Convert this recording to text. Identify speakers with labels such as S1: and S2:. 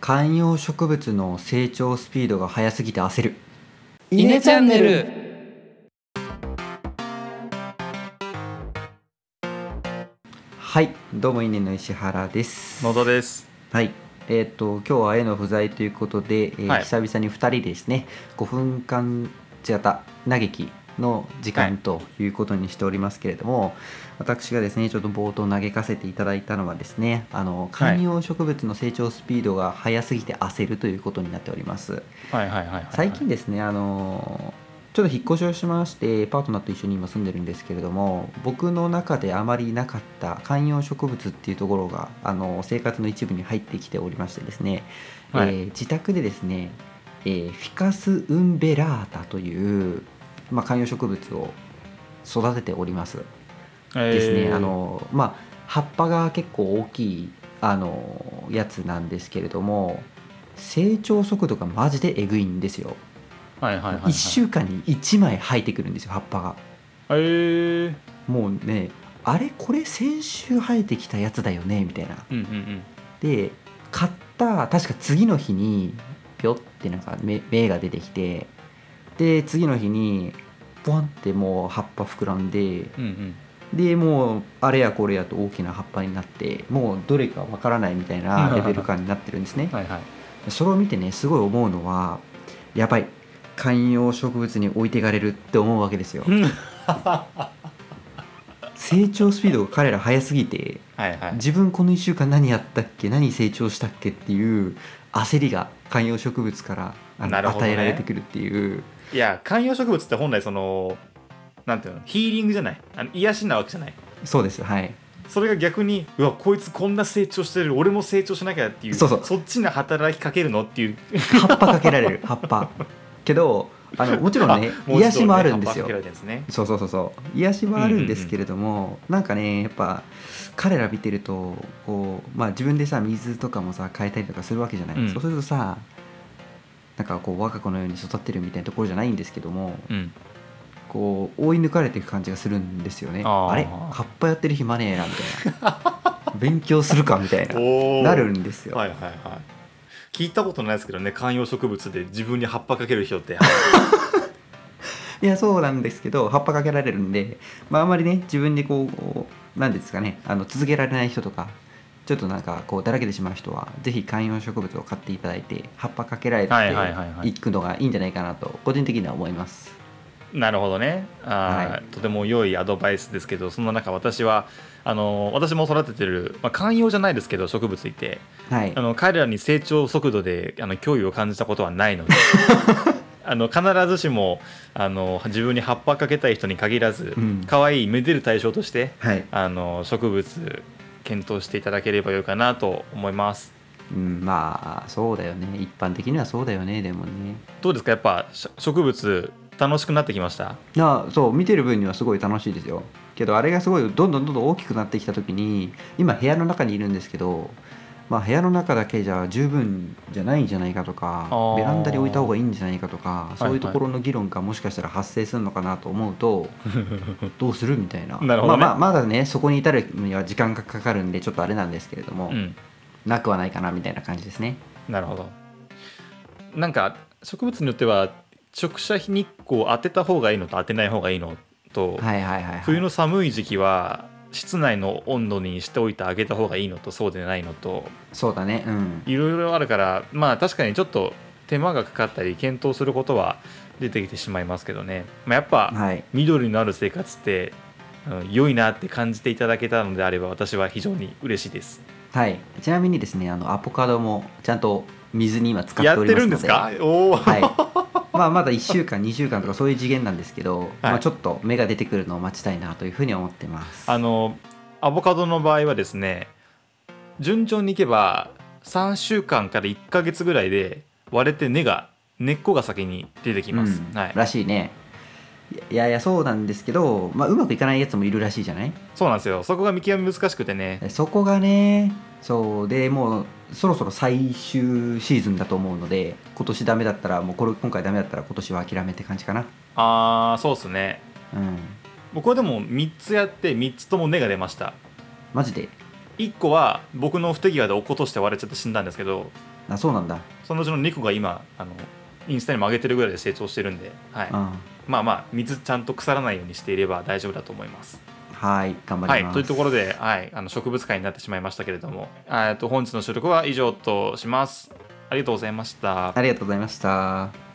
S1: 観葉植物の成長スピードが速すぎて焦る
S2: イネチャンネル
S1: はいどうも稲の石原です
S2: 野田です
S1: はいえっ、と今日は絵の不在ということで、えー
S2: はい
S1: 久々に二人でですね5分間違った嘆きの時間ということにしておりますけれども、私がですねちょっと冒頭嘆かせていただいたのはですねあの観葉植物の成長スピードが速すぎて焦るということになっております、
S2: はいはいはいはい、
S1: 最近ですねあのーちょっと引っ越しをしましてパートナーと一緒に今住んでるんですけれども僕の中であまりなかった観葉植物っていうところがあの生活の一部に入ってきておりましてですね、
S2: はい
S1: えー自宅でですね、えーフィカス・ウンベラータという、まあ、観葉植物を育てております。
S2: えー
S1: ですね、あのまあ葉っぱが結構大きいあのやつなんですけれども成長速度がマジでえぐいんですよ、
S2: はいはいはい、
S1: 1週間に1枚生えてくるんですよ葉っぱが
S2: えー、
S1: もうねあれこれ先週生えてきたやつだよねみたいな
S2: うんうんうん
S1: で買った確か次の日にぴょってなんか芽芽が出てきてで次の日にポンってもう葉っぱ膨らんで
S2: うんうん
S1: でもうあれやこれやと大きな葉っぱになってもうどれかわからないみたいなレベル感になってるんです ね
S2: はいはい
S1: それを見てねすごい思うのはやばい観葉植物に置いていかれるって思うわけですよ 成長スピードが彼ら早すぎて
S2: はいはい
S1: 自分この1週間何やったっけ何成長したっけっていう焦りが観葉植物からあの
S2: なるほど
S1: 与
S2: ね
S1: えられてくるっていう
S2: いや観葉植物って本来そのなんていうのヒーリングじゃないあの癒しなわけじゃない
S1: そうですはい
S2: それが逆にうわこいつこんな成長してる俺も成長しなきゃっていう
S1: そうそう
S2: っちに働きかけるのっていう
S1: 葉っぱかけられる葉っぱけどあのもちろんね
S2: あ文字通りね
S1: 癒しもあるんですよ
S2: 葉っぱかけられてんですね
S1: そうそうそうそう癒しはあるんですけれども、なんかねやっぱ彼ら見てるとこう、まあ、自分でさ水とかもさ変えたりとかするわけじゃない、
S2: うん
S1: そうするとさなんかこう我が子のように育ってるみたいなところじゃないんですけども
S2: うん
S1: こう追い抜かれていく感じがするんですよね
S2: あ
S1: あ
S2: ー
S1: れ葉っぱやってる暇ねえなみたいな勉強するかみたいな
S2: おー
S1: なるんですよ、
S2: はいはいはい聞いたことないですけどね観葉植物で自分に葉っぱかける人って
S1: いやそうなんですけど葉っぱかけられるんで、まあ、あまりね自分でこう何ですかねあの続けられない人とかちょっとなんかこうだらけてしまう人はぜひ観葉植物を買っていただいて葉っぱかけられて
S2: はいはいはいはい
S1: いくのがいいんじゃないかなと個人的には思います。
S2: なるほどねあー、
S1: はい
S2: とても良いアドバイスですけどそんな中私はあの私も育ててる、まあ、観葉じゃないですけど植物いて
S1: はい
S2: あ、の彼らに成長速度であの脅威を感じたことはない のであの必ずしもあの自分に葉っぱかけたい人に限らず、
S1: うん
S2: 可愛いめでる対象として
S1: はい
S2: あの植物検討していただければよいかなと思います。
S1: うん、まあそうだよね一般的にはそうだよねでもね。
S2: どうですかやっぱし植物楽しくなってきました
S1: なあそう見てる分にはすごい楽しいですよけどあれがすごいどんどんどんどん大きくなってきた時に今部屋の中にいるんですけど、まあ、部屋の中だけじゃ十分じゃないんじゃないかとか
S2: あー
S1: ベランダに置いた方がいいんじゃないかとかそう
S2: はいいう
S1: ところの議論がもしかしたら発生するのかなと思う と、どうするみたいな
S2: なるほどね
S1: まあ、まあまだねそこに至るには時間がかかるんでちょっとあれなんですけれども、
S2: うん
S1: なくはないかなみたいな感じですね。
S2: なるほどなんか植物によっては直射日光を当てた方がいいのと当てない方がいいのと、
S1: はいはいはい、はい、
S2: 冬の寒い時期は室内の温度にしておいてあげた方がいいのとそうでないのと
S1: そうだねうん
S2: いろいろあるからまあ確かにちょっと手間がかかったり検討することは出てきてしまいますけどね、まあ、やっぱ
S1: はい
S2: 緑のある生活ってうん良いなって感じていただけたのであれば私は非常に嬉しいです。
S1: はい、ちなみにですねあのアボカドもちゃんと水に今使って
S2: や
S1: お
S2: っ
S1: り
S2: て
S1: ます
S2: る
S1: の
S2: ん
S1: で
S2: ですかおー
S1: はい まあまだ1週間2週間とかそういう次元なんですけど、まあ、ちょっと芽が出てくるのを待ちたいなというふうに思ってます
S2: あのアボカドの場合はですね順調にいけば3週間から1ヶ月ぐらいで割れて根が根っこが先に出てきます、
S1: うん
S2: はい、
S1: らしいねいやいやそうなんですけど、まあ、うまくいかないやつもいるらしいじゃない
S2: そうなんですよそこが見極め難しくてね
S1: そこがねそうでもうそろそろ最終シーズンだと思うので今年ダメだったらもうこれ今回ダメだったら今年は諦めって感じかな
S2: ああそうっすね
S1: うん
S2: 僕はでも3つやって3つとも根が出ました
S1: マジで
S2: 1個は僕の不手際で落っことして割れちゃって死んだんですけど
S1: あそうなんだ、
S2: そのうちの2個が今あのインスタにも上げてるぐらいで成長してるんで、はい、
S1: うん
S2: まあまあ水ちゃんと腐らないようにしていれば大丈夫だと思います。
S1: はい頑張
S2: は
S1: り
S2: い
S1: ます、
S2: というところで、はい、あの植物界になってしまいましたけれどもえーと本日の収録は以上とします。ありがとうございました。
S1: ありがとうございました